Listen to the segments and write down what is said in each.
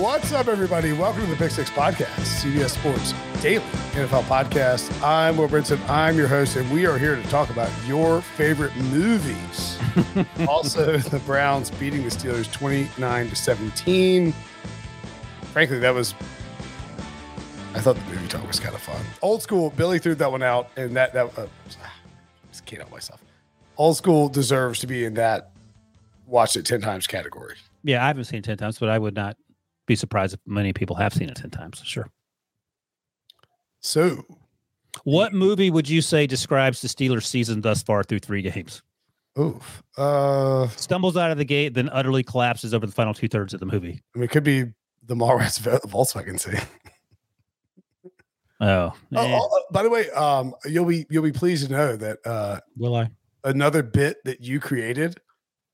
What's up, everybody? Welcome to the Big Six Podcast, CBS Sports Daily NFL Podcast. I'm Will Brinson. I'm your host, and we are here to talk about your favorite movies. also, the Browns beating the Steelers 29 to 17. Frankly, that was. I thought the movie talk was kind of fun. Old school. Billy threw that one out, and that that uh, just can't help myself. Old school deserves to be in that watched it ten times category. Yeah, I haven't seen it 10 times, but I would not be surprised if many people have seen it 10 times. Sure. So What movie would you say describes the Steelers season thus far through three games? Oof. Uh, I Stumbles out of the gate, then utterly collapses over the final two thirds of the movie. mean, it could be the Mallrats Vol- Volkswagen thing. Oh, Oh, eh, oh, oh, by the way, um, you'll be you'll be pleased to know that uh, will I? another bit that you created,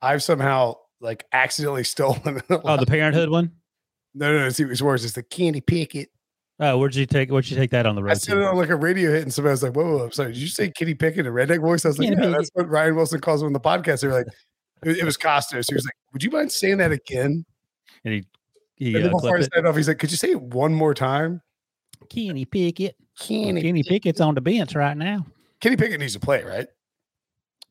I've somehow like accidentally stolen. Oh, the Parenthood one. no, no, no. See, it's worse. It's the Candy Pickett. Oh, where'd you take? Where'd you take that on the I road? said to? it on like a radio hit, and somebody was like, "Whoa, whoa, whoa, I'm sorry. Did you say Kitty Pickett in a redneck voice?" I was like, Candy "Yeah, that's what Ryan Wilson calls him on the podcast." They were like, "It, it was Costas." He was like, "Would you mind saying that again?" and he, And he then uh, before I clipped it. said it off, he's like, "Could you say it one more time?" Kenny Pickett. Kenny, Oh, Kenny Pickett's on the bench right now. Kenny Pickett needs to play, right?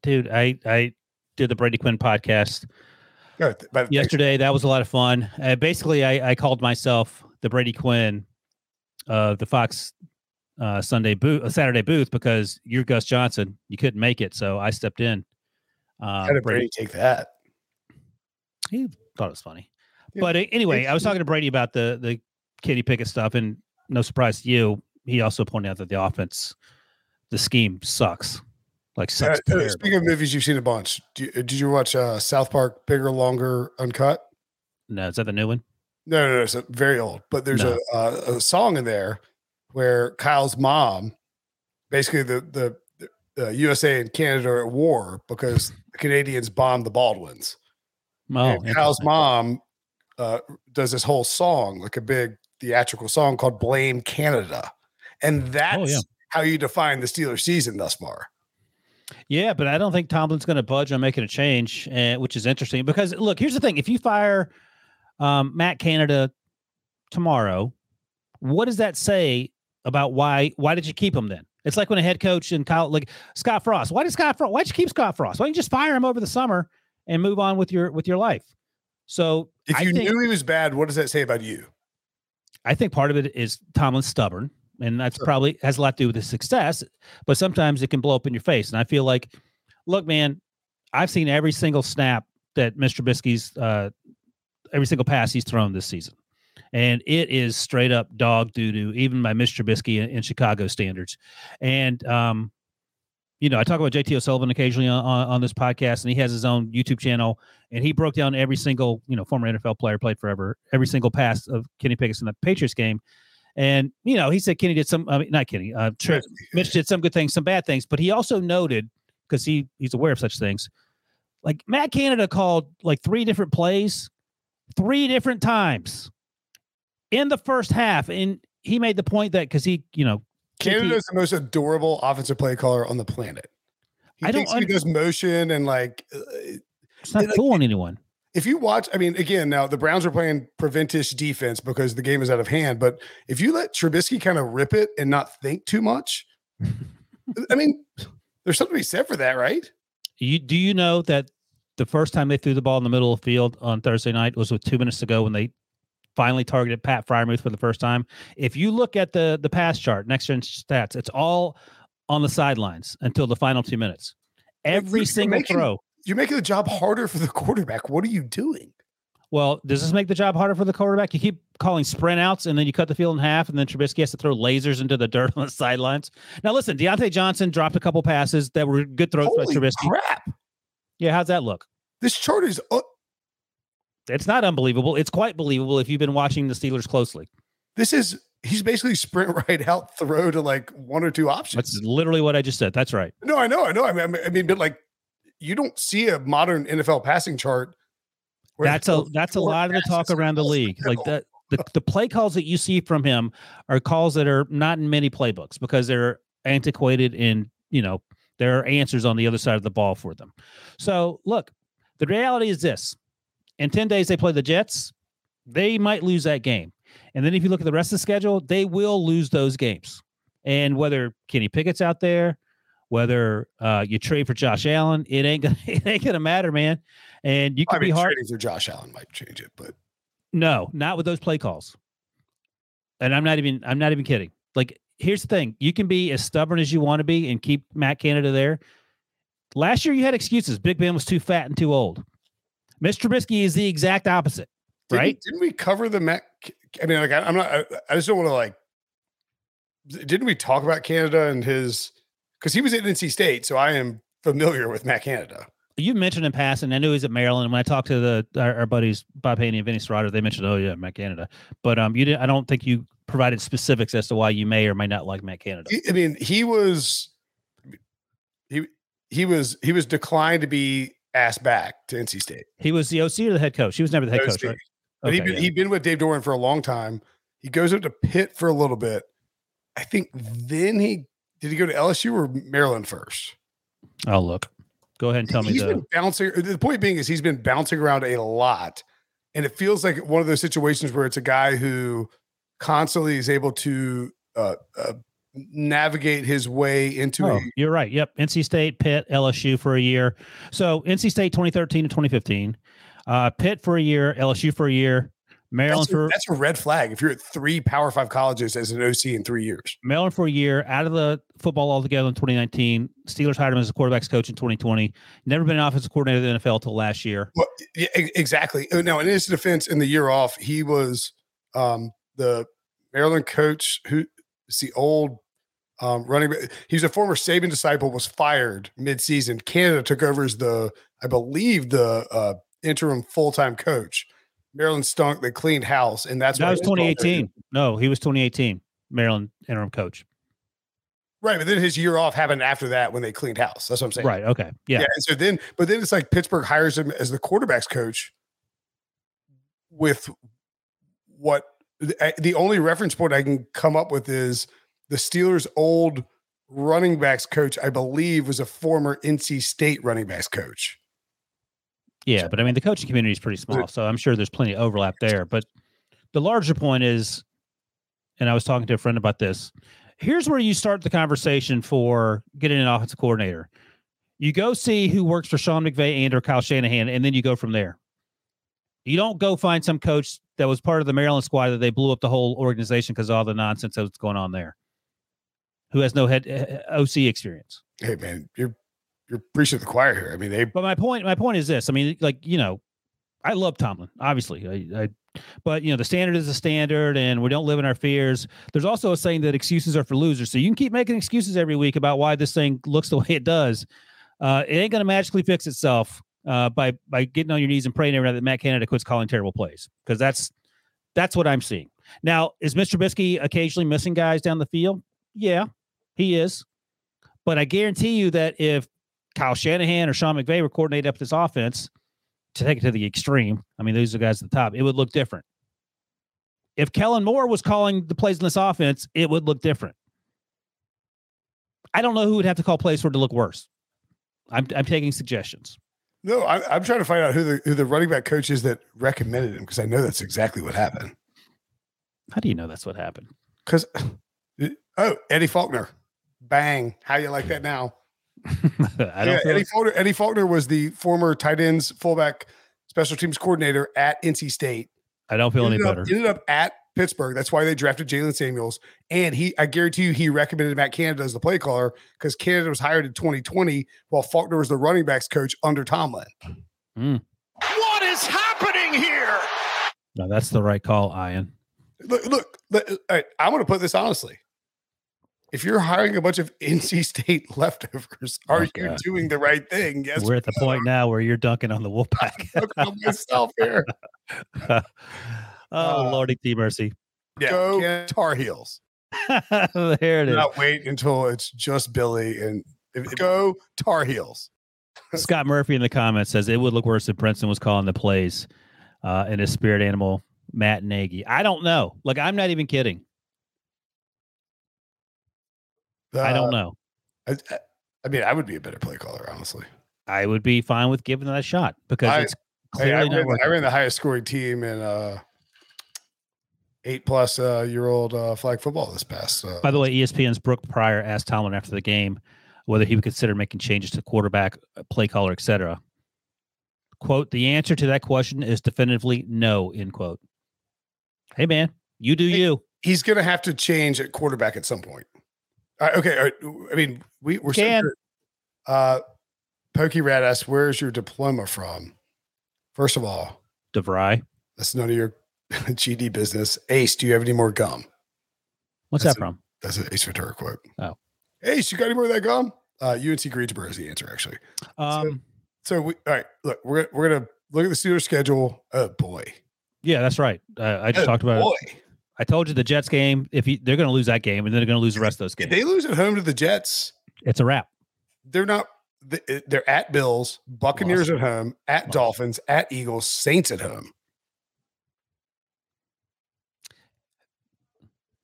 Dude, I I did the Brady Quinn podcast No, Oh, th- but yesterday. That was a lot of fun. Uh, basically, I, I called myself the Brady Quinn of the Fox uh, Sunday booth, uh, Saturday booth, because you're Gus Johnson. You couldn't make it, so I stepped in. Uh, how did Brady Brady take that? thought it was funny, Yeah, but uh, anyway, I was it's- talking to Brady about the the Kitty Pickett stuff, and no surprise to you, he also pointed out that the offense, the scheme sucks, like Uh, sucks. uh, terribly. speaking of movies, you've seen a bunch. Do you- Did you watch uh, South Park Bigger, Longer, Uncut? no, is that the new one? No, no, no. It's a, very old, but there's No. a, uh, a song in there where Kyle's mom, basically the the, the uh, USA and Canada are at war because the Canadians bombed the Baldwins. Oh, and Kyle's interesting. mom uh, does this whole song, like a big theatrical song called "Blame Canada," and Oh, that's how you define the Steelers' season thus far. Yeah, but I don't think Tomlin's going to budge on making a change, uh, which is interesting because look, here's the thing: if you fire um, Matt Canada tomorrow, what does that say about why? Why did you keep him then? It's like when a head coach and Kyle, like Scott Frost. Why did Scott Frost? Why'd you keep Scott Frost? Why don't you just fire him over the summer and move on with your with your life? So If I you think- knew he was bad, what does that say about you? I think part of it is Tomlin's stubborn, and that's Sure. probably has a lot to do with his success. But sometimes it can blow up in your face, and I feel like, look, man, I've seen every single snap that Mr. Trubisky's, uh, every single pass he's thrown this season, and it is straight up dog doo doo, even by Mr. Trubisky in, in Chicago standards. And um, you know, I talk about JT O'Sullivan occasionally on, on, on this podcast, and he has his own YouTube channel, and he broke down every single, you know, former NFL player played forever, every single pass of Kenny Pickett in the Patriots game. And, you know, he said Kenny did some, I mean, not Kenny, uh, Tri- Mitch did some good things, some bad things, but he also noted, because he, he's aware of such things, like Matt Canada called like three different plays, three different times in the first half. And he made the point that because he, you know, Canada is the most adorable offensive play caller on the planet. He I don't thinks he under- does motion and like uh, it's not Like- fooling anyone. if you watch, I mean, again, now the Browns are playing preventish defense because the game is out of hand. But if you let Trubisky kind of rip it and not think too much, I mean, there's something to be said for that, right? You do you know that the first time they threw the ball in the middle of the field on Thursday night was with two minutes to go when they finally targeted Pat Fryermuth for the first time. If you look at the the pass chart, next gen stats, it's all on the sidelines until the final two minutes. Every you're single making- throw. You're making the job harder for the quarterback. What are you doing? Well, does this make the job harder for the quarterback? You keep calling sprint outs and then you cut the field in half, and then Trubisky has to throw lasers into the dirt on the sidelines. Now, listen, Deontay Johnson dropped a couple passes that were good throws by Holy Trubisky. crap! Yeah, how's that look? This chart is uh, It's not unbelievable. It's quite believable if you've been watching the Steelers closely. this is he's basically sprint right out throw to like one or two options. That's literally what I just said. That's right. No, I know, I know. I mean, I mean- I mean, but like, you don't see a modern NFL passing chart. where That's there's a no that's a four lot of the talk passes in around the most league. Like NFL. that the, the play calls that you see from him are calls that are not in many playbooks because they're antiquated and you know there are answers on the other side of the ball for them. So look, the reality is this in 10 days they play the Jets, they might lose that game. And then if you look at the rest of the schedule, they will lose those games. And whether Kenny Pickett's out there, whether uh, you trade for Josh Allen, it ain't gonna it ain't gonna matter, man. And you I can be mean, hard. trading for Josh Allen might change it, but No, not with those play calls. And I'm not even I'm not even kidding. Like here's the thing, you can be as stubborn as you want to be and keep Matt Canada there. Last year you had excuses. Big Ben was too fat and too old. Mr. Trubisky is the exact opposite, didn't, right? Didn't we cover the Mac? I mean, like, I, I'm not. I, I just don't want to like. Didn't we talk about Canada and his? Because he was at NC State, so I am familiar with Matt Canada. You mentioned in passing. I knew he was at Maryland. When I talked to the our, our buddies Bob Haney and Vinny Serrato, they mentioned, "Oh yeah, Matt Canada." But um, you didn't. I don't think you provided specifics as to why you may or may not like Matt Canada. He- I mean, he was. He he was he was declined to be asked back to NC State. He was the OC or the head coach. He was never the head OC. coach, right? But Okay, he'd, been, yeah. he'd been with Dave Doran for a long time. He goes up to Pitt for a little bit. I think then he did he go to LSU or Maryland first? Oh look, go ahead and tell me He's the. been bouncing. The point being is he's been bouncing around a lot. And it feels like one of those situations where it's a guy who constantly is able to uh, uh, navigate his way into Oh, a you're right. Yep. NC State, Pitt, LSU for a year. So NC State 2013 to 2015, uh, Pitt for a year, LSU for a year, Maryland that's, a, for that's a red flag if you're at three Power Five colleges as an OC in three years. Maryland for a year, out of the football altogether in 2019. Steelers hired him as a quarterbacks coach in 2020. Never been an offensive coordinator in the NFL till last year. Well, yeah, e- exactly. Uh, Now, in his defense, in the year off, he was um, the Maryland coach who is the old um, running. back- He's a former Saban disciple. Was fired midseason. Canada took over as the, I believe, the uh, interim full time coach. Maryland stunk. They cleaned house, and that's That why was his role there- 2018. No, he was 2018. Maryland interim coach. Right, but then his year off happened after that when they cleaned house. That's what I'm saying. Right. Okay. Yeah. Yeah. And so then, but then it's like Pittsburgh hires him as the quarterbacks coach with what I- the only reference point I can come up with is the Steelers' old running backs coach, I believe, was a former NC State running backs coach. Yeah, but I mean the coaching community is pretty small, so I'm sure there's plenty of overlap there. But the larger point is, and I was talking to a friend about this. Here's where you start the conversation for getting an offensive coordinator. You go see who works for Sean McVay and or Kyle Shanahan, and then you go from there. You don't go find some coach that was part of the Maryland squad that they blew up the whole organization because of all the nonsense that was going on there. Who has no head eh, eh, OC experience? Hey, man, you're you're preaching to the choir here. I mean, they But my point, my point is this. I mean, like you know, I love Tomlin, obviously. I, I, but you know, the standard is a standard, and we don't live in our fears. There's also a saying that excuses are for losers. So you can keep making excuses every week about why this thing looks the way it does. Uh, it ain't gonna magically fix itself uh, by by getting on your knees and praying every night that Matt Canada quits calling terrible plays because that's that's what I'm seeing. Now, is Mr. Trubisky occasionally missing guys down the field? Yeah, he is. But I guarantee you that if Kyle Shanahan or Sean McVay were coordinated up this offense to take it to the extreme, I mean, these are guys at the top, it would look different. If Kellen Moore was calling the plays in this offense, it would look different. I don't know who would have to call plays for it to look worse. I'm, I'm taking suggestions. No, I, I'm trying to find out who the who the running back coach is that recommended him because I know that's exactly what happened. How do you know that's what happened? Because oh, Eddie Faulkner, bang! How you like that now? I don't Yeah, feel Eddie Faulkner. Eddie Faulkner was the former tight ends fullback special teams coordinator at NC State. I don't feel any ended up, better. Ended up at Pittsburgh. That's why they drafted Jalen Samuels. And he, I guarantee you, he recommended Matt Canada as the play caller because Canada was hired in 2020 while Faulkner was the running backs coach under Tomlin. What is happening here? No, that's the right call, Ian. Look, look, look all right, I'm going to put this honestly. If you're hiring a bunch of NC State leftovers, are Oh, you God. doing the right thing? Yes, We're at the point now where you're dunking on the Wolfpack. look at myself here. oh, Uh, Lordy, T mercy. Yeah, Go Tar Heels. there it is. Not wait until it's just Billy and go Tar Heels. Scott Murphy in the comments says it would look worse if Princeton was calling the plays uh, and his spirit animal, Matt Nagy. I don't know. Like, I'm not even kidding. I Uh, don't know. I, I- I mean, I would be a better play caller, honestly. I would be fine with giving that a shot because I- it's Hey, I, clearly not ran, the- I working. ran the highest scoring team in uh, eight plus uh, year old uh, flag football this past. Uh, By the way, E ESPN's Brooke Pryor asked Tomlin after the game whether he would consider making changes to quarterback, uh, play caller, etc. Quote, the answer to that question is definitively no, end quote. Hey, man, you do Hey, you. he's going to have to change at quarterback at some point. Uh, okay, all right, I mean, we we're so Can. sure- uh, Pokey Rat asks, "Where's your diploma from?" First of all, DeVry. that's none of your GD business. Ace, do you have any more gum? What's That's that it. from? That's an Ace Ventura quote. Oh. Ace, you got any more of that gum? Uh, UNC Greensboro is the answer, actually. Um, So we all right. Look, we're we're gonna look at the Steelers schedule. Oh boy, yeah, that's right. Uh, I just Oh, talked about it. boy. I told you the Jets game, if you, they're going to lose that game and then they're going to lose the rest of those If games. they lose at home to the Jets, it's a wrap. they're not. th- They're at Bills, Buccaneers at home, at Lost. Dolphins, at Eagles, Saints at home.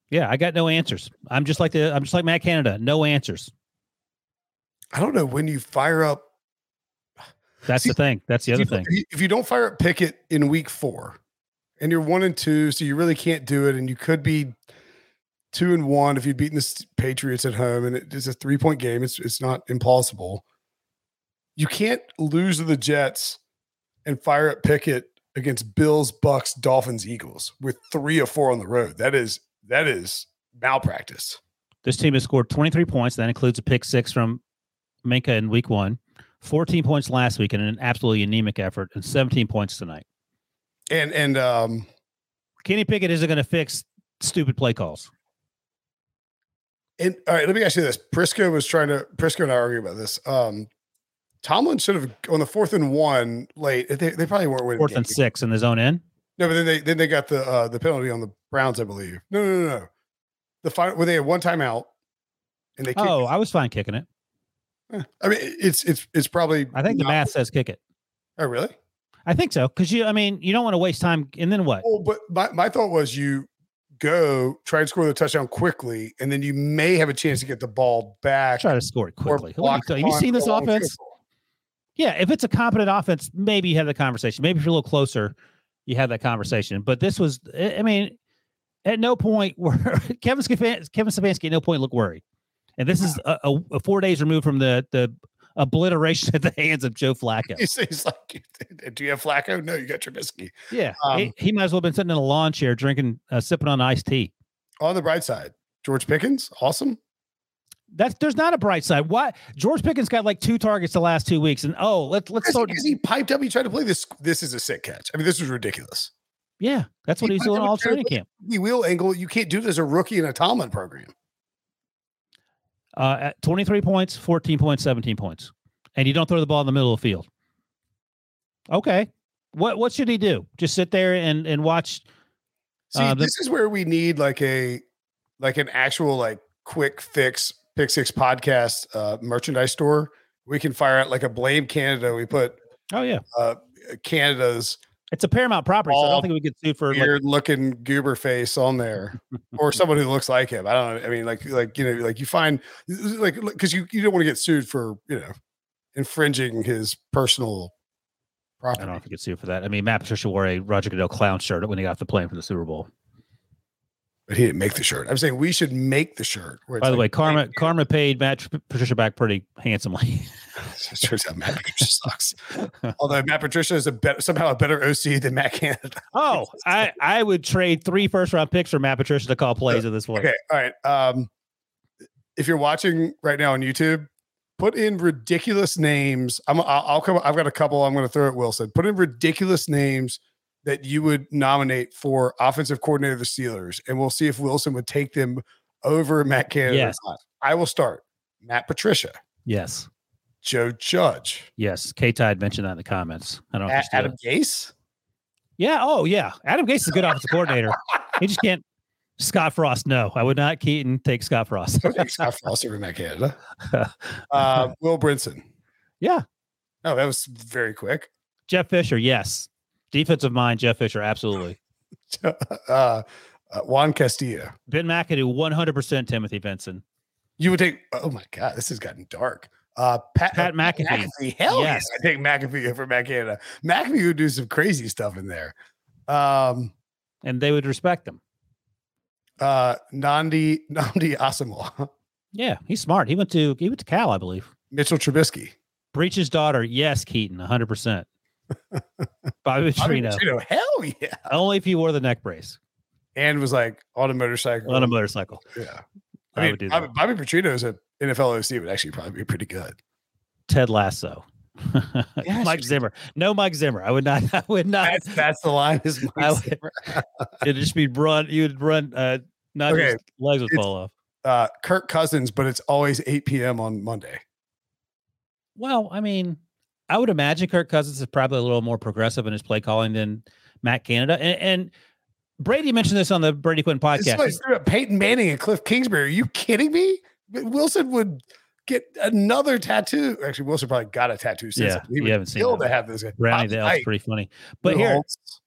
Yeah, I got no answers. I'm just like the I'm just like Matt Canada. No answers. I don't know when you fire up. That's See, the thing. That's the other if you- thing. if you- If you don't fire up Pickett in week four, and you're one and two, so you really can't do it, and you could be two and one if you'd beaten the S- Patriots at home, and it is a three point game. It's it's not impossible. You can't lose to the Jets and fire up Pickett against Bills, Bucks, Dolphins, Eagles with three or four on the road. That is that is malpractice. This team has scored 23 points. That includes a pick six from Minka in week one, 14 points last week in an absolutely anemic effort, and 17 points tonight. And and um, Kenny Pickett isn't going to fix stupid play calls. And all right, let me ask you this. Prisco was trying to Prisco and I argue about this. Um Tomlin should have on the fourth and one late. They, they probably weren't winning. the Fourth game. and six in the zone end. No, but then they then they got the uh, the penalty on the Browns, I believe. No, no, no, no. The final when they had one timeout and they kicked. Oh, I was fine kicking it. Eh, I mean it's it's it's probably I think the not- math says kick it. Oh really? I think so. Cause you, I mean, you don't want to waste time. And then what? Well, Oh, but my, my thought was you go try and score the touchdown quickly, and then you may have a chance to get the ball back. Try to score it or quickly. Let me block tell you, Have you punt seen or this long field offense? goal. Yeah, if it's a competent offense, maybe you have the conversation. Maybe if you're a little closer, you have that conversation. But this was, I I mean, at no point were Kevin Stefanski, Kevin Stefanski at no point looked worried. And this is a, a, a four days removed from the the obliteration at the hands of Joe Flacco. He's, he's like, do you have Flacco? No, you got Trubisky. Yeah, Um, he, he might as well have been sitting in a lawn chair drinking, uh, sipping on iced tea. On the bright side, George Pickens, awesome. That's there's not a bright side. Why George Pickens got like two targets the last two weeks, and oh, let's let's Because start. he, piped up, he tried to play this. This is a sick catch. I mean, this was ridiculous. Yeah, that's what he he's might doing have all been training camp. The wheel angle, you can't do this as a rookie in a Tomlin program. uh, at 23 points, 14 points, 17 points, and you don't throw the ball in the middle of the field. Okay, what what should he do? Just sit there and and watch? See, Uh, the- this is where we need like a, like an actual like quick fix pick six podcast uh, merchandise store. We can fire out like a blame Canada. We put Oh yeah, Canada's it's a paramount property, so I All don't think we get sued for. Like, weird looking goober face on there or someone who looks like him. I don't know. I mean, like, like, you know, like you find like, because you, you don't want to get sued for, you know, infringing his personal I Property. don't know if you could sue for that. I mean, Matt Patricia wore a Roger Goodell clown shirt when he got off the plane for the Super Bowl. But he didn't make the shirt. I'm saying we should make the shirt. where it's By the way, like, Karma thank you. Karma paid Matt Tr- Patricia back pretty handsomely. It turns out Matt Patricia sucks. Although Matt Patricia is a bet somehow a better OC than Matt Canada. oh, I I would trade three first round picks for Matt Patricia to call plays at this point. Okay, all right. Um, if you're watching right now on YouTube, put in ridiculous names. I'm, I'll, I'll come. I've got a couple. I'm going to throw at Wilson. Put in ridiculous names that you would nominate for offensive coordinator of the Steelers, and we'll see if Wilson would take them over Matt Canada. or Yes. not. I will start. Matt Patricia, Yes, Joe Judge, yes. K Tide mentioned that in the comments. I don't. Know A- if you Adam Gase. Yeah. Oh, yeah. Adam Gase is a good offensive coordinator. He just can't. Scott Frost. No, I would not. Keaton take Scott Frost. Don't take Scott Frost over Matt Canada. Uh, Will Brinson. Yeah. No, that was very quick. Jeff Fisher. Yes. Defensive mind. Jeff Fisher. Absolutely. uh, uh, Juan Castillo. Ben McAdoo. One hundred percent. Timothy Benson. You would take. Oh my God, this has gotten dark. Uh, Pat, Pat McAfee. Hell yes, Yes. I take McAfee over Matt Canada. McAfee would do some crazy stuff in there. Um, and they would respect him. uh, Nandi Nandi Asamoah, Yeah, he's smart. He went to he went to Cal, I believe. Mitchell Trubisky, Breach's daughter, yes, Keaton, one hundred percent. Bobby Bobby Petrino, Petrino, Hell yeah, only if he wore the neck brace and was like on a motorcycle. on a motorcycle. yeah, I, I, mean, would do that. Bobby, Bobby Petrino is a NFL OC would actually probably be pretty good. Ted Lasso, Yes, Mike you- Zimmer. No, Mike Zimmer. I would not. I would not. That's that's the line. Is I would- It'd just be run. You'd run. Uh, not Okay, just legs would it's- fall off. uh, Kirk Cousins, but it's always 8 p.m. on Monday. Well, I mean, I would imagine Kirk Cousins is probably a little more progressive in his play calling than Matt Canada. And, and Brady mentioned this on the Brady Quinn This is podcast. why I threw up uh, Peyton Manning and Cliff Kingsbury. Are you kidding me? Wilson would get another tattoo. Actually, Wilson probably got a tattoo since Yeah, he you would haven't seen kill that. to have this guy. Brownie Bobby the Elf's Knight, pretty funny. But Lou here, uh, Holtz.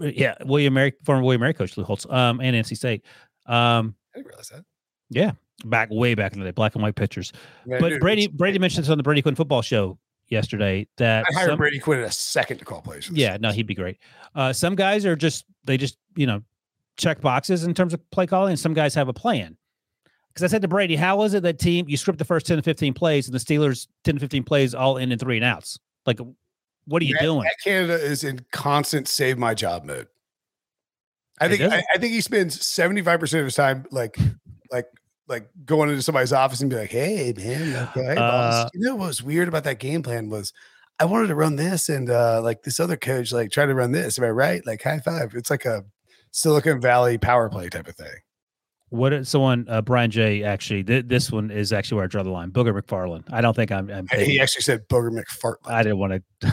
yeah, William Mary, former William Mary coach Lou Holtz, um, and NC State, um, I didn't realize that. back way back in the day, black and white pictures. Man, But dude, Brady it's- Brady mentioned this on the Brady Quinn football show yesterday that I'd hire some- Brady Quinn in a second to call plays. for this. yeah, no, he'd be great. Uh, some guys are just they just you know check boxes in terms of play calling, and some guys have a plan. Because I said to Brady, how is it that team you script the first ten to fifteen plays, and the Steelers ten to fifteen plays all end in three and outs? Like, what are you Matt- doing? Matt Canada is in constant save my job mode. I It think I, doesn't- I think he spends seventy five percent of his time like like like going into somebody's office and be like, "Hey man, like, hey, boss, Uh, you know what was weird about that game plan was I wanted to run this and uh like this other coach like tried to run this. Am I right? Like high five. It's like a Silicon Valley power play type of thing. What if someone uh, Brian J actually th- this one is actually where I draw the line. Booger McFarland. I don't think I'm. I'm Hey, He actually said Booger McFart. I didn't want to.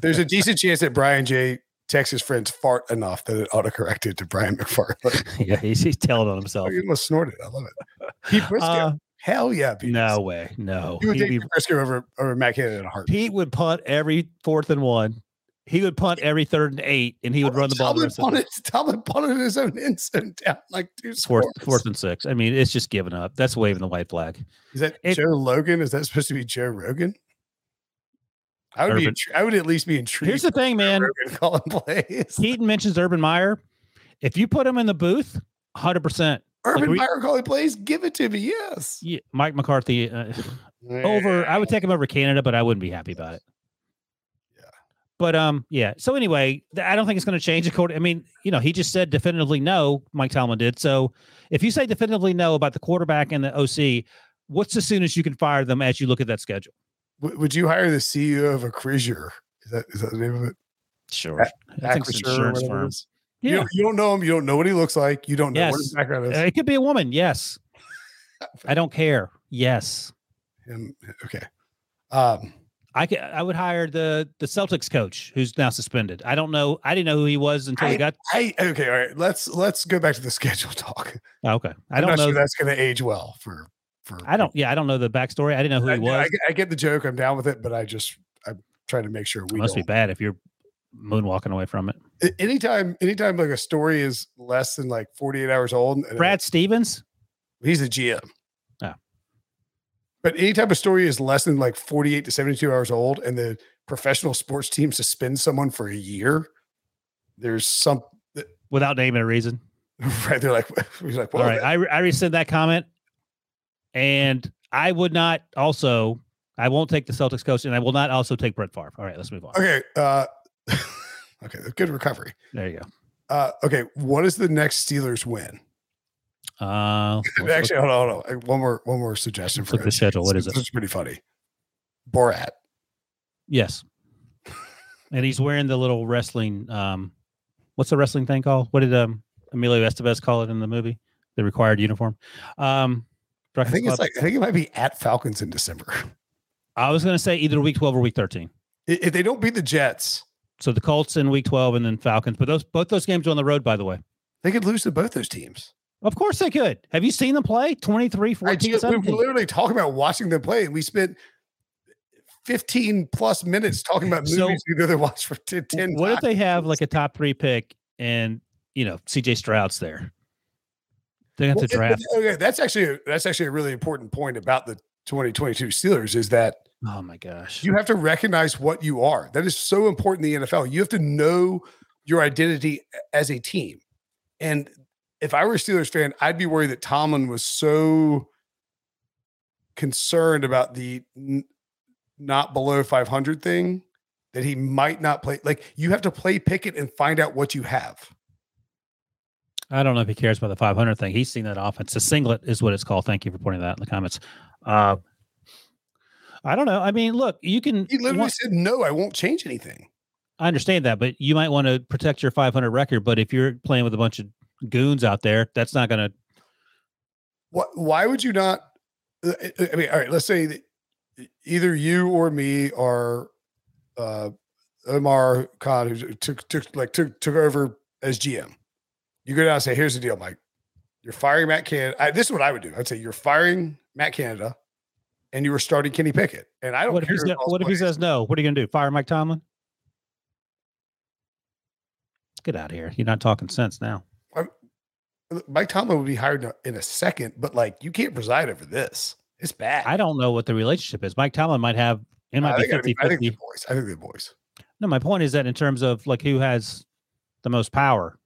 There's a decent chance that Brian J. Texas friends fart enough that it autocorrected to Brian McFarland. yeah, he's, he's telling on himself. Oh, you almost snorted. I love it. Pete Briscoe. Uh, Hell yeah, Pete. no Briscoe. way, no. You would He'd take be- Pete Briscoe over, over Matt Canada in a heartbeat. Pete would punt every fourth and one. He would punt every third and eight, and he would run the ball. the Talbot rest of the- punted, Talbot punted his own end zone down like two Fourth, scores. fourth and six. I mean, it's just giving up. That's waving the white flag. Is that it- Joe Logan? Is that supposed to be Joe Rogan? I would be. Urban- intri- I would at least be intrigued. Here's the thing, if man. Rogan calling plays. Keaton mentions Urban Meyer. If you put him in the booth, hundred percent. Urban we- Meyer calling plays. Give it to me. Yes. Mike McCarthy uh, over. I would take him over Canada, but I wouldn't be happy about it. Yeah. But um, yeah. So anyway, th- I don't think it's going to change. According, I mean, you know, he just said definitively no. Mike Tomlin did. So if you say definitively no about the quarterback and the OC, what's the soonest you can fire them as you look at that schedule? W- would you hire the CEO of a Cruiser? Is that is that the name of it? Sure. I think it's Acrisure or insurance whatever it firm. is? You, Yeah. don't, you don't know him. You don't know what he looks like. You don't know what his Yes. background is. Uh, It could be a woman. Yes. I don't care. Yes. Him- okay. Um, I could, I would hire the the Celtics coach who's now suspended. I don't know. I didn't know who he was until he got. I okay, all right. Let's let's go back to the schedule talk. Oh, okay. I I'm don't not know. sure that's going to age well for for. I don't. Yeah, I don't know the backstory. I didn't know who I, he was. I, I get the joke. I'm down with it, but I just I'm trying to make sure we must be don't. bad if you're moonwalking away from it. A- Anytime, anytime like a story is less than like 48 hours old. and Brad Stevens. he's a GM. Oh. But any type of story is less than like 48 to 72 hours old and the professional sports team suspends someone for a year, there's some without naming a reason. right. They're like, we're like, well, All right, I re- I rescind that comment, and I would not also. I won't take the Celtics coach, and I will not also take Brett Favre. All right, let's move on. okay. Uh, okay. Good recovery. There you Uh, okay. What is the next Steelers win? go. Uh, let's look- Actually, hold on, hold on. Uh, One more, one more suggestion for look at the schedule. What is it? It's pretty funny. Borat. Yes. And he's wearing the little wrestling. Um, what's the wrestling thing called? What did um, Emilio Estevez call it in the movie? The required uniform. Um, I think it's like I think it might be at Falcons in December. I was going to say either week twelve or week thirteen. I- If they don't beat the Jets, So the Colts in week twelve, and then Falcons. But those both those games are on the road, by the way. they could lose to both those teams. Of course they could. Have you seen them play? 23, I 14, just- we were 17. literally talking about watching them play, and we spent 15 plus minutes talking about So- movies either they watched for 10, 10 What if they have like a top three pick and you know CJ Stroud's there? They have to Well, it- draft. Okay, that's actually a- that's actually a really important point about the 2022 Steelers is that Oh my gosh. You have to recognize what you are. That is so important in the NFL. You have to know your identity as a team. And if I were a Steelers fan, I'd be worried that Tomlin was so concerned about the n- not below 500 thing that he might not play. Like you have to play Pickett and find out what you have. I don't know if he cares about the 500 thing. He's seen that offense. The singlet is what it's called. Thank you for pointing that out in the comments. Uh, I don't know. I mean, look, you can. He literally want- said, "No, I won't change anything." I understand that, but you might want to protect your 500 record. But if you're playing with a bunch of goons out there, that's not going to. What? Why would you not? uh, I I mean, all right. Let's say that either you or me are uh, Omar Khan, who took took like took took over as GM. You go down and say, "Here's the deal, Mike. You're firing Matt Canada." I, this is what I would do. I'd say you're firing Matt Canada, and you were starting Kenny Pickett. And I don't What if, care. he who says, calls what if he plays. says no? What are you going to do? Fire Mike Tomlin? Get out of here. You're not talking sense now. Mike Tomlin would be hired in a- in a second? But like, you can't preside over this. It's bad. I don't know what the relationship is. Mike Tomlin might have. It might I be think, it'd 50 be- I think 50. the boys. I think the boys. No, my point is that in terms of like who has the most power,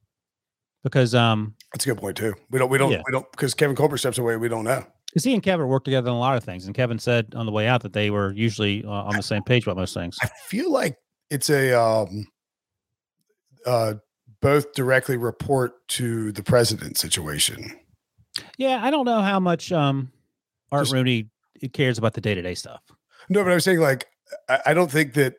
because um, That's a good point too. We don't. We don't. Yeah. We don't because Kevin Colbert steps away. We don't know. because he and Kevin worked together on a lot of things, and Kevin said on the way out that they were usually uh, on the same page about most things. I feel like it's a um, uh, both directly report to the president situation. Yeah, I don't know how much um, Art Just- Rooney cares about the day to day stuff. No, but I'm saying like I, I don't think that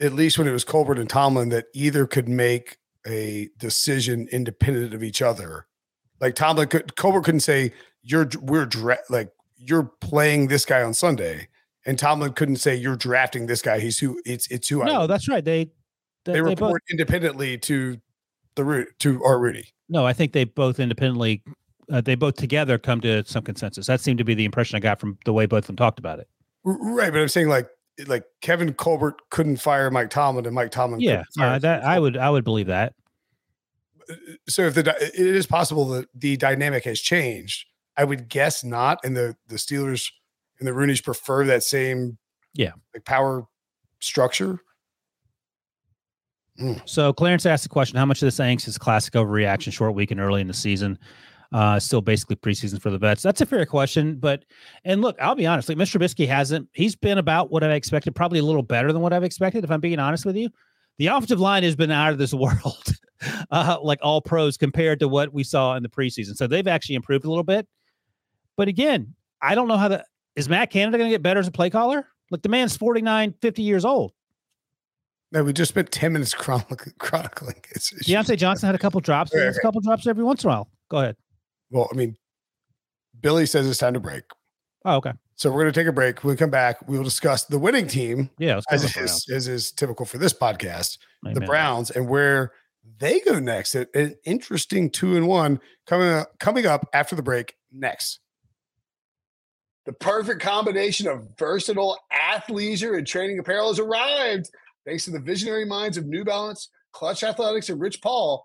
at least when it was Colbert and Tomlin that either could make a decision independent of each other. Like Tomlin could Colbert couldn't say you're dr- we're dra- like you're playing this guy on Sunday, and Tomlin couldn't say you're drafting this guy. He's who it's it's who I No, that's right. They they they, they both, report independently to the root to our Rudy. no, I think they both independently. Uh, they both together come to some consensus. That seemed to be the impression I got from the way both of them talked about it. R- Right, but I'm saying like like Kevin Colbert couldn't fire Mike Tomlin, and Mike Tomlin. Yeah, couldn't fire uh, that I Colbert. would I would believe that. So if the di- it is possible that the dynamic has changed, I would guess not, and the the Steelers and the Rooney's prefer that same Yeah. like power structure. So Clarence asked the question: How much of this angst is classic overreaction, short week and early in the season? Uh, still basically preseason for the vets. That's a fair question, but and look, I'll be honest. Like Mr. Trubisky hasn't. He's been about what I expected, probably a little better than what I've expected. If I'm being honest with you, the offensive line has been out of this world, uh, like all pros compared to what we saw in the preseason. So they've actually improved a little bit. But again, I don't know how the is Matt Canada going to get better as a play caller? Like the man's 49, 50 years old. Now we just spent ten minutes chronic- chronicling his issues. Deontay Johnson had a couple drops. Okay, There's a couple drops every once in a while. Go ahead. Well, I mean, Billy says it's time to break, Oh, okay. so we're going to take a break. When we come back, we will discuss the winning team Yeah. let's go as with the is, as is typical for this podcast. Browns. the Amen. Browns and where they go next. An- An interesting two and one coming up, coming up after the break next. The perfect combination of versatile athleisure and training apparel has arrived. Thanks to the visionary minds of New Balance, Clutch Athletics, and Rich Paul,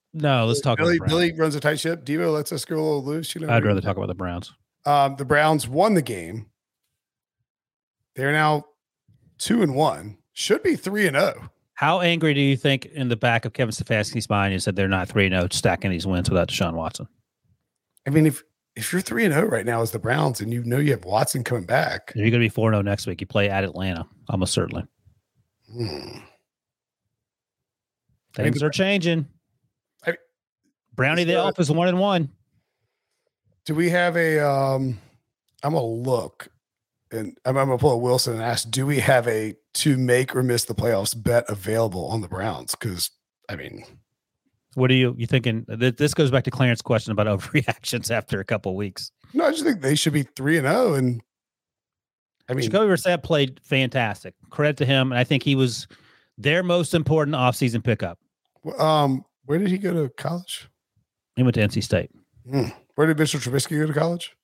no, let's talk Billy, about the Browns. Billy runs a tight ship. Debo lets us go a little loose. You know, I'd rather talk about the Browns. Um, the Browns won the game. They're now two and one. Should be three and oh. zero. How angry do you think in the back of Kevin Stefanski's mind is that they're not 3 0 stacking these wins without Deshaun Watson? I mean, if if you're three and zero right now as the Browns, and you know you have Watson coming back, You're going to be 4 0 next week. You play at Atlanta, almost certainly. hmm. I mean, Things the- are changing. I mean, Brownie the still- Elf is 1 and 1. do we have a? Um, I'm gonna look, and I'm, I'm gonna pull a Wilson and ask, do we have a to make or miss the playoffs bet available on the Browns? Because I mean, What are you you thinking? Th- This goes back to Clarence's question about overreactions after a couple weeks. no, I just think they should be three and zero, and I mean, Jacoby Brissett played fantastic. Credit to him. And I think he was their most important offseason pickup. w- um, where did he go to college? He went to NC State. Hmm. Where did Mitchell Trubisky go to college?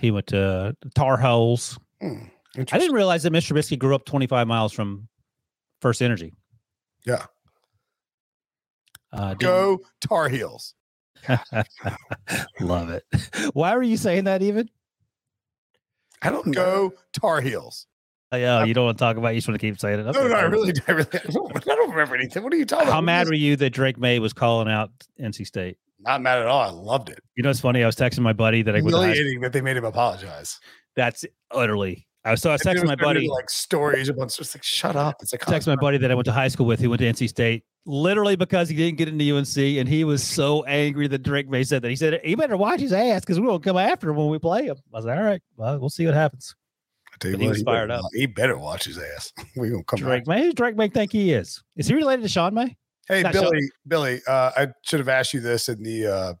He went to Tar Heels. Hmm. I didn't realize that Mr. Trubisky grew up 25 miles from First Energy. Yeah. Uh, didn't- Go Tar Heels. Love it. Why were you saying that even? I don't know. Go Tar Heels. Oh, yeah, you don't want to talk about. it, You just want to keep saying it. No, Okay, no, I fair. really, I really, I don't, I don't remember anything. What are you talking about? How mad were you that Drake May was calling out NC State? Not mad at all. I loved it. You know, it's funny. I was texting my buddy that I was. Humiliating that they made him apologize. That's utterly. I was so I was And it texting was my turned into, buddy. like stories about it's just like shut up. It's like Text my buddy that I went to high school with, who went to NC State, literally because he didn't get into UNC, and he was so angry that Drake May said that. He said, "You better watch his ass because we won't come after him when we play him." I was like, "All right, well, we'll see what happens." Dude, he was fired up. He better watch his ass. we gonna come back. Drake May, who does Drake May think he is? Is he related to Sean May? Hey Not Billy, Billy, uh, I should have asked you this in the uh,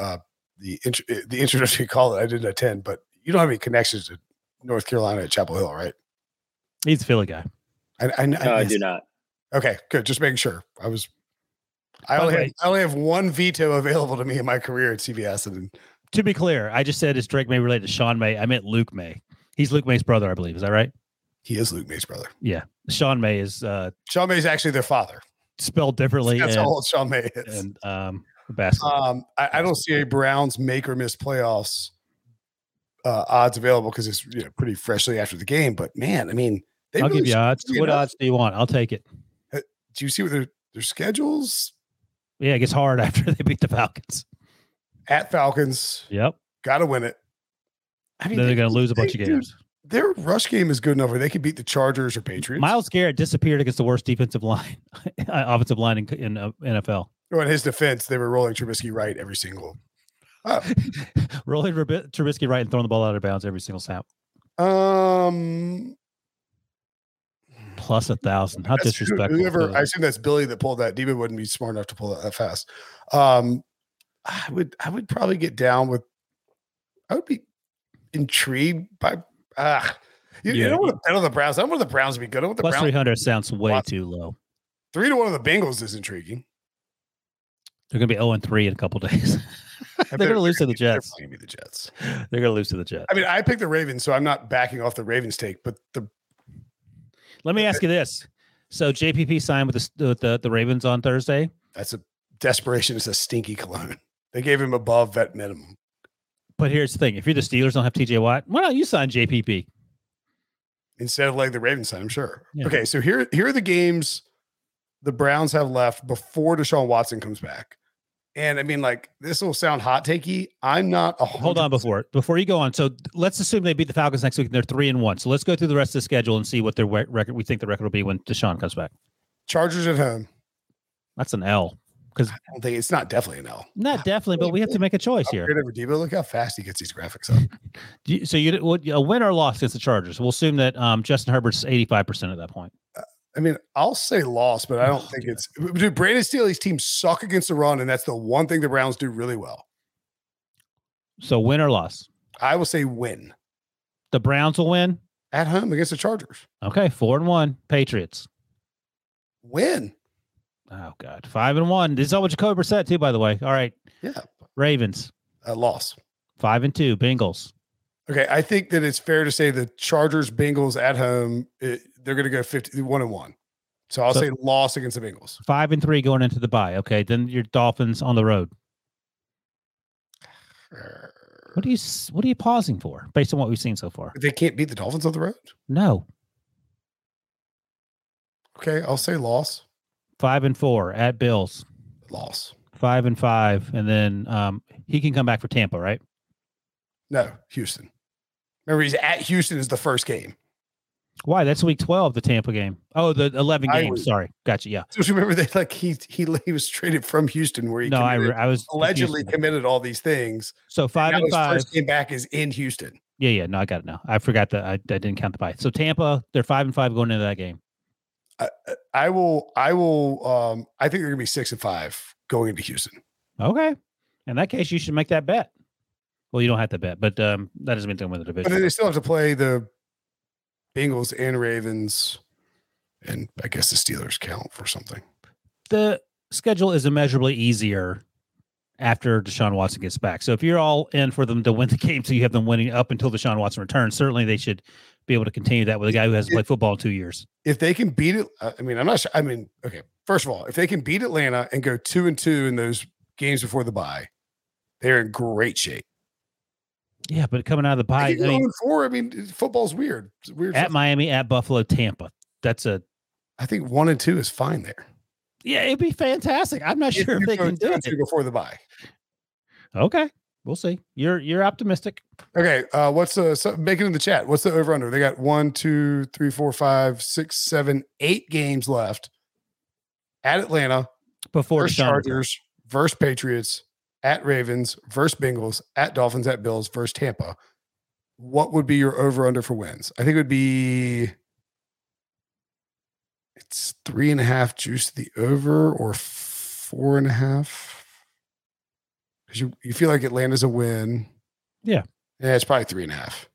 uh, the intro, eh, the introductory call that I didn't attend, but you don't have any connections to North Carolina at Chapel Hill, right? He's a Philly guy. I, I, No, I guess- do not. Okay, good. Just making sure. I was. I By the only, have, way- I only have one veto available to me in my career at CBS, and To be clear, I just said is Drake May related to Sean May? I meant Luke May. He's Luke May's brother, I believe. Is that right? he is Luke May's brother. Sean May is uh, Sean May's actually their father. spelled differently. That's and, how old Sean May is. and um, basketball. Um, I, I don't see a Browns make or miss playoffs uh, odds available because it's you know, pretty freshly after the game. But man, I mean, they I'll really give you should- odds. you What know- odds do you want? I'll take it. do you see what their their schedules Yeah, it gets hard after they beat the Falcons. at Falcons? Yep. Got to win it. I mean, then they're they- going to lose a bunch of they- games. Their rush game is good enough where they could beat the Chargers or Patriots. Miles Garrett disappeared against the worst defensive line, offensive line in, in uh, NFL. Well, in his defense, they were rolling Trubisky right every single. Rolling Rabi- Trubisky right and throwing the ball out of bounds every single snap. Um, Plus a thousand. How that's who- disrespectful. uh, Whoever, Philly. I assume that's Billy that pulled that. Debo wouldn't be smart enough to pull that, that fast. Um, I would, I would probably get down with. I would be intrigued by. Ah, you, you Yeah. don't want to bet on the Browns. I don't want the Browns to be good. I want the Plus Browns. 300 sounds way Watson. too low. Three to one of the Bengals is intriguing. They're going to be 0 and 3 in a couple days. I They're bet gonna lose to the they're Jets. probably gonna be the Jets. They're going to lose to the Jets. I mean, I picked the Ravens, so I'm not backing off the Ravens take, but the Let me ask you this. So JPP signed with the s- with the, the Ravens on Thursday. That's a desperation is a stinky cologne. They gave him above vet minimum. But here's the thing: if you're the Steelers, don't have TJ Watt. Why don't you sign JPP? Instead of like the Ravens side, I'm sure. Yeah. Okay, so here here are the games the Browns have left before Deshaun Watson comes back. And I mean, like this will sound hot takey. I'm not a Hold on before before you go on. So let's assume they beat the Falcons next week and they're three and one. So let's go through the rest of the schedule and see what their we- record we think the record will be when Deshaun comes back. Chargers at home. That's an L. I don't think it's not definitely an L. Not definitely, but we have to make a choice here. Upgrade over Debo. Look how fast he gets these graphics up. Do you- So you what- a win or loss against the Chargers. We'll assume that um, Justin Herbert's eighty five percent at that point. I mean, I'll say loss, but I don't Oh, think dude. it's. Dude, Brandon Steele's teams suck against the run, and that's the one thing the Browns do really well. So win or loss, I will say win the Browns will win. at home against the Chargers. Okay, four and one Patriots. Win. Oh God, five and one. This is all with Jacoby Brissett too, by the way. All right, Yeah. Ravens A loss. five and two. Bengals. Okay. I think that it's fair to say the Chargers, Bengals at home, it, they're going to go 50, one and one. So I'll So- say loss against the Bengals. Five and three going into the bye. Okay, then your Dolphins on the road. What are you s- What are you pausing for? Based on what we've seen so far, They can't beat the Dolphins on the road. no Okay. I'll say loss. five and four at Bills. Loss. Five and five, and then um, he can come back for Tampa, right? No, Houston. Remember, he's at Houston is the first game. Why? That's week twelve, the Tampa game. Oh, the eleven I game. would- Sorry, gotcha. Yeah. Just remember that, like he he he was traded from Houston, where he No, I, committed- re- I was confused allegedly with that. committed all these things. So five now and his five. first game back is in Houston. Yeah, yeah. No, I got it now. I forgot that I, I didn't count the bye. So Tampa, they're five and five going into that game. I, I- I will. I will. Um, I think they're gonna be six and five going into Houston. Okay. In that case, you should make that bet. Well, you don't have to bet, but um, that doesn't mean they win the But then division. they still have to play the Bengals and Ravens, and I guess the Steelers count for something. The schedule is immeasurably easier after Deshaun Watson gets back. So if you're all in for them to win the game, so you have them winning up until Deshaun Watson returns, certainly they should be able to continue that with a guy who hasn't played football in two years. If they can beat it, I I mean, I'm not sure. I mean, okay. First of all, if they can beat Atlanta and go two and two in those games before the bye, they're in great shape. Yeah, but coming out of the bye, I, I can go mean, and four. I mean, football's weird. It's weird. at stuff. Miami, at Buffalo, Tampa. That's a I think one and two is fine there. yeah, it'd be fantastic. I'm not sure if you they go can two do and two it. before the bye. Okay, we'll see. You're you're optimistic. Okay, uh, what's the so make it in the chat? What's the over under? They got one, two, three, four, five, six, seven, eight games left at Atlanta Before versus Deshaun, returns. Chargers versus Patriots at Ravens versus Bengals at Dolphins at Bills versus Tampa. What would be your over under for wins? I think it would be it's three and a half juice to the over or four and a half because you you feel like Atlanta's a win. Yeah. Yeah, it's probably three and a half.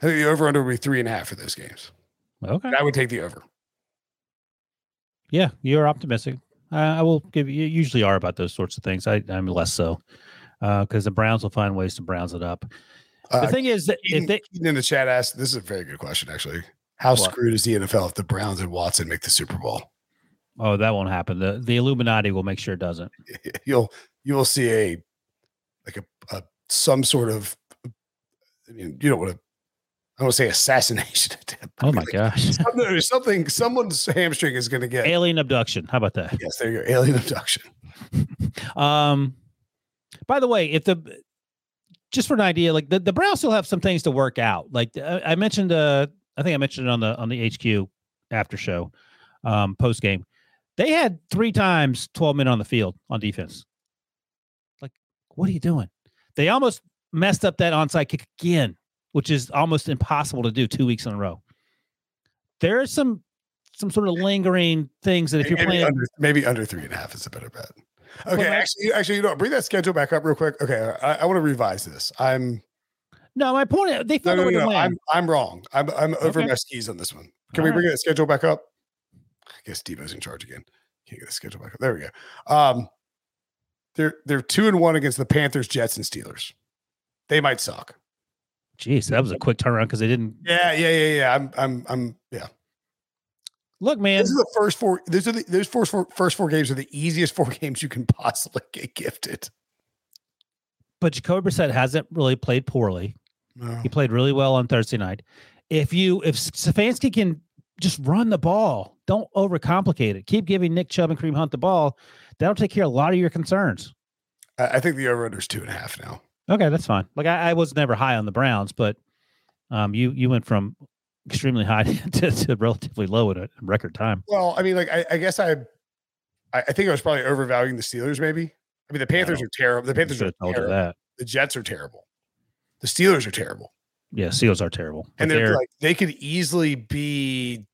I think the over under would be three and a half for those games. okay. I would take the over. Yeah, you're optimistic. I I will give you usually are about those sorts of things. I, I'm less so because the Browns will find ways to browse it up. Uh, the thing is that if Keaton, they Keaton in the chat asked, this is a very good question, actually. How What? screwed is the NFL if the Browns and Watson make the Super Bowl? oh that won't happen. The the Illuminati will make sure it doesn't. You'll you will see a like a, a some sort of I mean, you don't want to I don't want to say assassination attempt. but I Oh mean, my like, gosh, some- there's something someone's hamstring is gonna get alien abduction. How about that? yes, there you go. Alien abduction. Um, by the way, if the just for an idea, like the, the Browns still have some things to work out. Like I, I mentioned, uh, I think I mentioned it on the on the HQ after show, um, post game. They had three times twelve men on the field on defense. Like, what are you doing? They almost messed up that onside kick again, which is almost impossible to do two weeks in a row. There are some some sort of lingering things that if you're maybe, playing under, maybe under three and a half is a better bet. Okay, Well, that's- actually, actually, you know, what, bring that schedule back up real quick. Okay, I, I want to revise this. I'm No, my point. They No, found no, a way no, to no, win. I'm I'm wrong. I'm I'm over Okay. my skis on this one. Can we All bring that schedule back up? I guess Debo's in charge again. Can't get the schedule back up. There we go. Um, they're they're two and one against the Panthers, Jets, and Steelers. They might suck. Jeez, that was a quick turnaround because they didn't Yeah, yeah, yeah, yeah. I'm I'm I'm yeah. look, man. These are the first four. Those are the those first four first four games are the easiest four games you can possibly get gifted. But Jacoby Brissett hasn't really played poorly. No. He played really well on Thursday night. If you if Stefanski can just run the ball, don't overcomplicate it. Keep giving Nick Chubb and Kareem Hunt the ball. That'll take care of a lot of your concerns. I, I think the over under is two and a half now. Okay, that's fine. Like I, I was never high on the Browns, but um, you you went from extremely high to, to relatively low in a record time. Well, I mean, like I, I guess I, I I think I was probably overvaluing the Steelers. Maybe I mean the Panthers are terrible. The Panthers Should are have told her terrible. that. The Jets are terrible. The Steelers are terrible, Yeah, Seals are terrible. and But they're, they're- like they could easily be,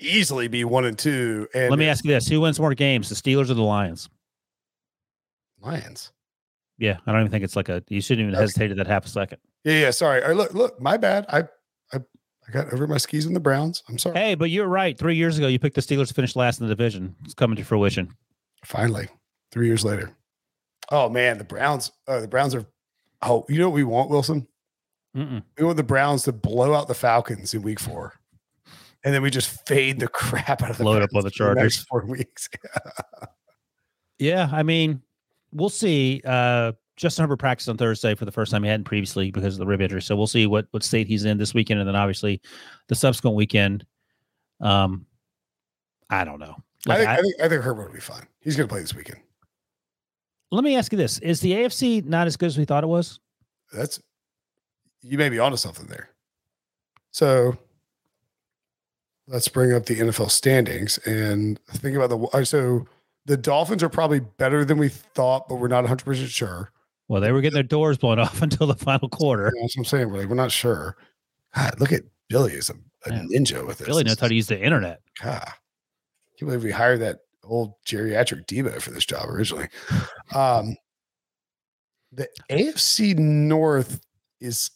easily be one and two. And let me ask you this: Who wins more games, the Steelers or the Lions? Lions. Yeah, I don't even think it's like a. You shouldn't even Okay. hesitate at that half a second. Yeah, yeah. Sorry. All right, look, look. My bad. I, I, I got over my skis on the Browns. I'm sorry. Hey, but you're right. Three years ago, you picked the Steelers to finish last in the division. It's coming to fruition. Finally, three years later. Oh man, the Browns. Uh, the Browns are. Oh, you know what we want, Wilson? Mm-mm. We want the Browns to blow out the Falcons in Week Four, and then we just fade the crap out of the Load up on Falcons the for Chargers. next four weeks. Yeah, I mean, we'll see. Uh, Justin Herbert practiced on Thursday for the first time he hadn't previously because of the rib injury. So we'll see what what state he's in this weekend, and then obviously the subsequent weekend. Um, I don't know. I, Like, think, I- I, think, I think Herbert will be fine. He's going to play this weekend. let me ask you this: Is the AFC not as good as we thought it was? That's you may be onto something there. So let's bring up the NFL standings and think about the uh, so the Dolphins are probably better than we thought, but we're not 100 percent sure. Well, they were getting their doors blown off until the final quarter. You know, that's what I'm saying. We're like we're not sure. God, look at Billy is a, a Yeah. ninja with this. Really knows This how is- to use the internet. God, I can't believe we hired that old geriatric diva for this job originally. Um, the AFC North is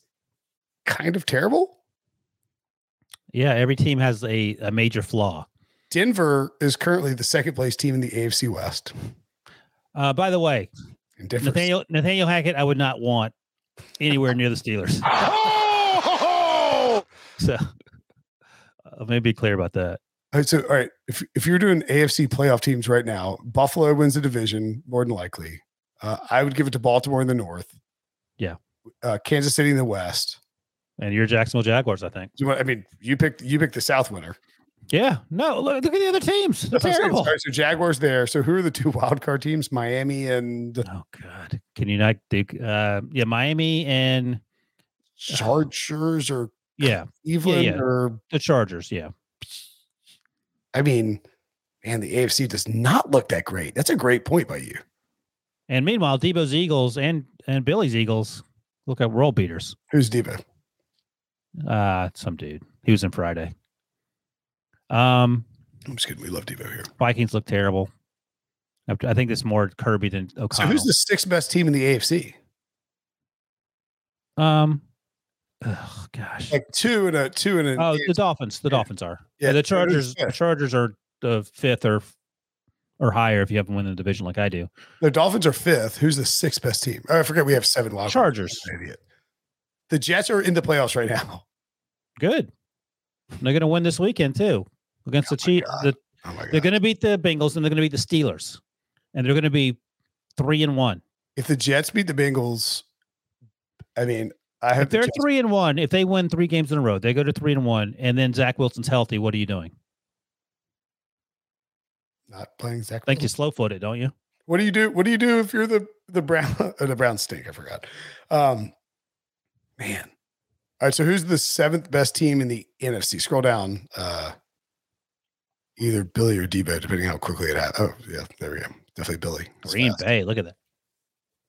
kind of terrible. Yeah, every team has a, a major flaw. Denver is currently the second place team in the AFC West. Uh, by the way, And difference. Nathaniel Nathaniel Hackett, I would not want anywhere near the Steelers. Oh, ho, ho. So uh, let me be clear about that. All right, so, all right, if, if you're doing AFC playoff teams right now, Buffalo wins the division more than likely. Uh, I would give it to Baltimore in the North. Yeah. Uh, Kansas City in the West. And you're Jacksonville Jaguars, I think. You want- I mean, you picked you picked the South winner. Yeah. No, look, look at the other teams. They're That's what I'm saying. terrible. Sorry, so Jaguars there. So who are the two wild card teams? Miami and Oh God. Can you not do uh yeah, Miami and Chargers or yeah, Cleveland yeah. or the Chargers, yeah. I mean, man, the AFC does not look that great. That's a great point by you. And meanwhile, Debo's Eagles and and Billy's Eagles look at world beaters. Who's Debo? Uh some dude. He was in Friday. Um I'm just kidding. We love Debo here. Vikings look terrible. I I think it's more Kirby than So O'Connell. who's the sixth best team in the AFC? Um, oh gosh. Like two and a two and a oh, the Dolphins. The Dolphins are. Yeah, Yeah, the so who's Chargers. The fifth? Chargers are the fifth or or higher if you haven't won the division like I do. the Dolphins are fifth. Who's the sixth best team? Oh, I forget we have seven wild card teams. Chargers. I'm an Idiot. The Jets are in the playoffs right now. Good. They're going to win this weekend too against the Chiefs. God. The, Oh my they're god. going to beat the Bengals and they're going to beat the Steelers, and they're going to be three and one. If the Jets beat the Bengals, I mean, I have If the they're Jets- three and one, if they win three games in a row, they go to three and one, and then Zach Wilson's healthy. What are you doing? not playing Zach. I think you Wilson. slow foot it, don't you? What do you do? What do you do if you're the the brown the brown stink? I forgot. Um, man. All right. So who's the seventh best team in the NFC? Scroll down. Uh, either Billy or Debo, depending how quickly it happens. Oh yeah, there we go. Definitely Billy. That's Green fast. Bay. Look at that.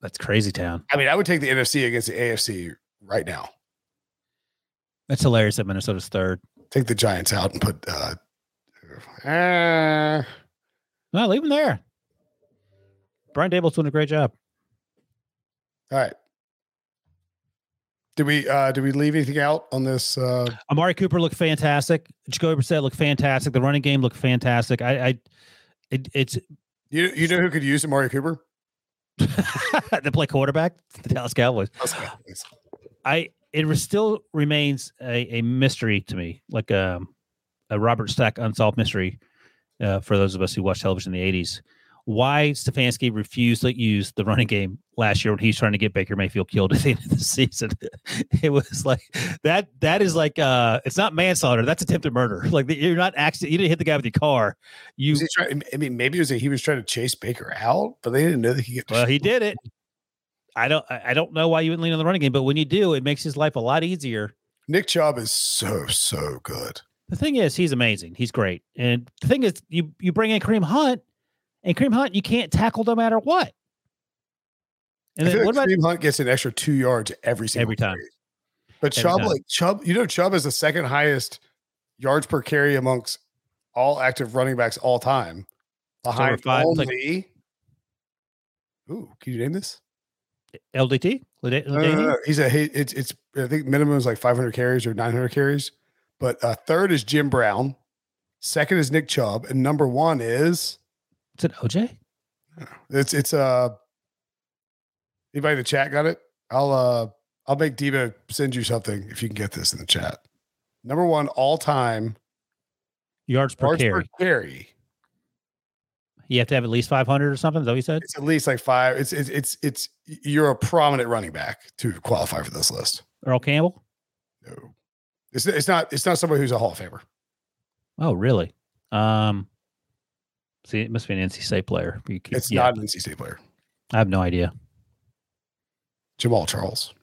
That's crazy town. I mean, I would take the NFC against the AFC right now. That's hilarious that Minnesota's third. Take the Giants out and put. Uh, uh, No, leave him there. Brian Dable's doing a great job. all right. Did we uh, did we leave anything out on this? Uh, Amari Cooper looked fantastic. Jacoby Brissett looked fantastic. The running game looked fantastic. I, I it, it's you you know who could use Amari Cooper? they play quarterback, the Dallas Cowboys. Let's go, please. I it was still remains a, a mystery to me, like um, a Robert Stack unsolved mystery. Uh, for those of us who watched television in the '80s, why Stefanski refused to use the running game last year when he was trying to get Baker Mayfield killed at the end of the season. it was like that. That is like uh, it's not manslaughter. That's attempted murder. Like you're not actually you didn't hit the guy with your car. You Was he trying, I mean, maybe it was that he was trying to chase Baker out, but they didn't know that he could. Well, he did it. I don't. I I don't know why you wouldn't lean on the running game, but when you do, it makes his life a lot easier. Nick Chubb is so so good. The thing is, he's amazing. He's great. And the thing is, you you bring in Kareem Hunt, and Kareem Hunt, you can't tackle no matter what. And I then feel what like about Kareem Hunt gets an extra two yards every single Every time. carry. But Every Chubb, time. like Chubb, you know, Chubb is the second highest yards per carry amongst all active running backs all time, over behind five, it's like- only. Ooh, can you name this? LDT? Lede- No, no, no, Ledeni? no. Uh, He's a he, it's it's I think minimum is like 500 carries or 900 carries. But uh, third is Jim Brown, second is Nick Chubb, and number one is Is it OJ? it's it's uh anybody in the chat got it? I'll uh I'll make Debo send you something if you can get this in the chat. Number one all time Yards per yards carry. per carry. You have to have at least 500 or something. Is that what you said? It's at least like five. It's it's it's it's you're a prominent running back to qualify for this list. Earl Campbell? No. It's, it's not it's not somebody who's a Hall of Famer. Oh, really? Um, see, it must be an NC State player. You c- It's yeah, not an NC State player. I have no idea. Jamal Charles.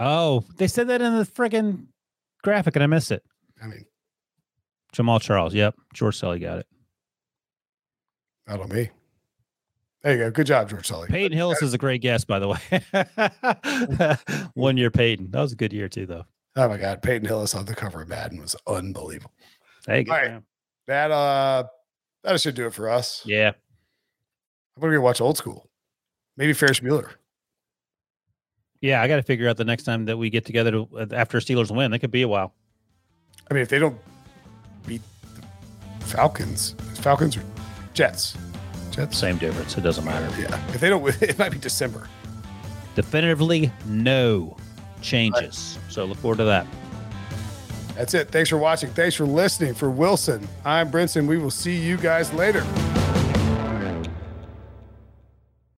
Oh, they said that in the friggin' graphic, and I missed it. I mean, Jamal Charles. Yep. George Sully got it. not on me. There you go. Good job, George Sully. Peyton Hillis is a great guess, by the way. One year Peyton. That was a good year too, though. Oh my God, Peyton Hillis on the cover of Madden was unbelievable. Hey, good All right. round. That uh, that should do it for us. yeah. I'm gonna go watch Old School. Maybe Ferris Bueller. Yeah, I got to figure out the next time that we get together to, uh, after Steelers win. That could be a while. I mean, if they don't beat the Falcons, Falcons or Jets, Jets. Same difference. It doesn't matter. Yeah. If they don't, win, it might be December. Definitively, no changes. So look forward to that. That's it. Thanks for watching. Thanks for listening. For Wilson, I'm Brinson. We will see you guys later.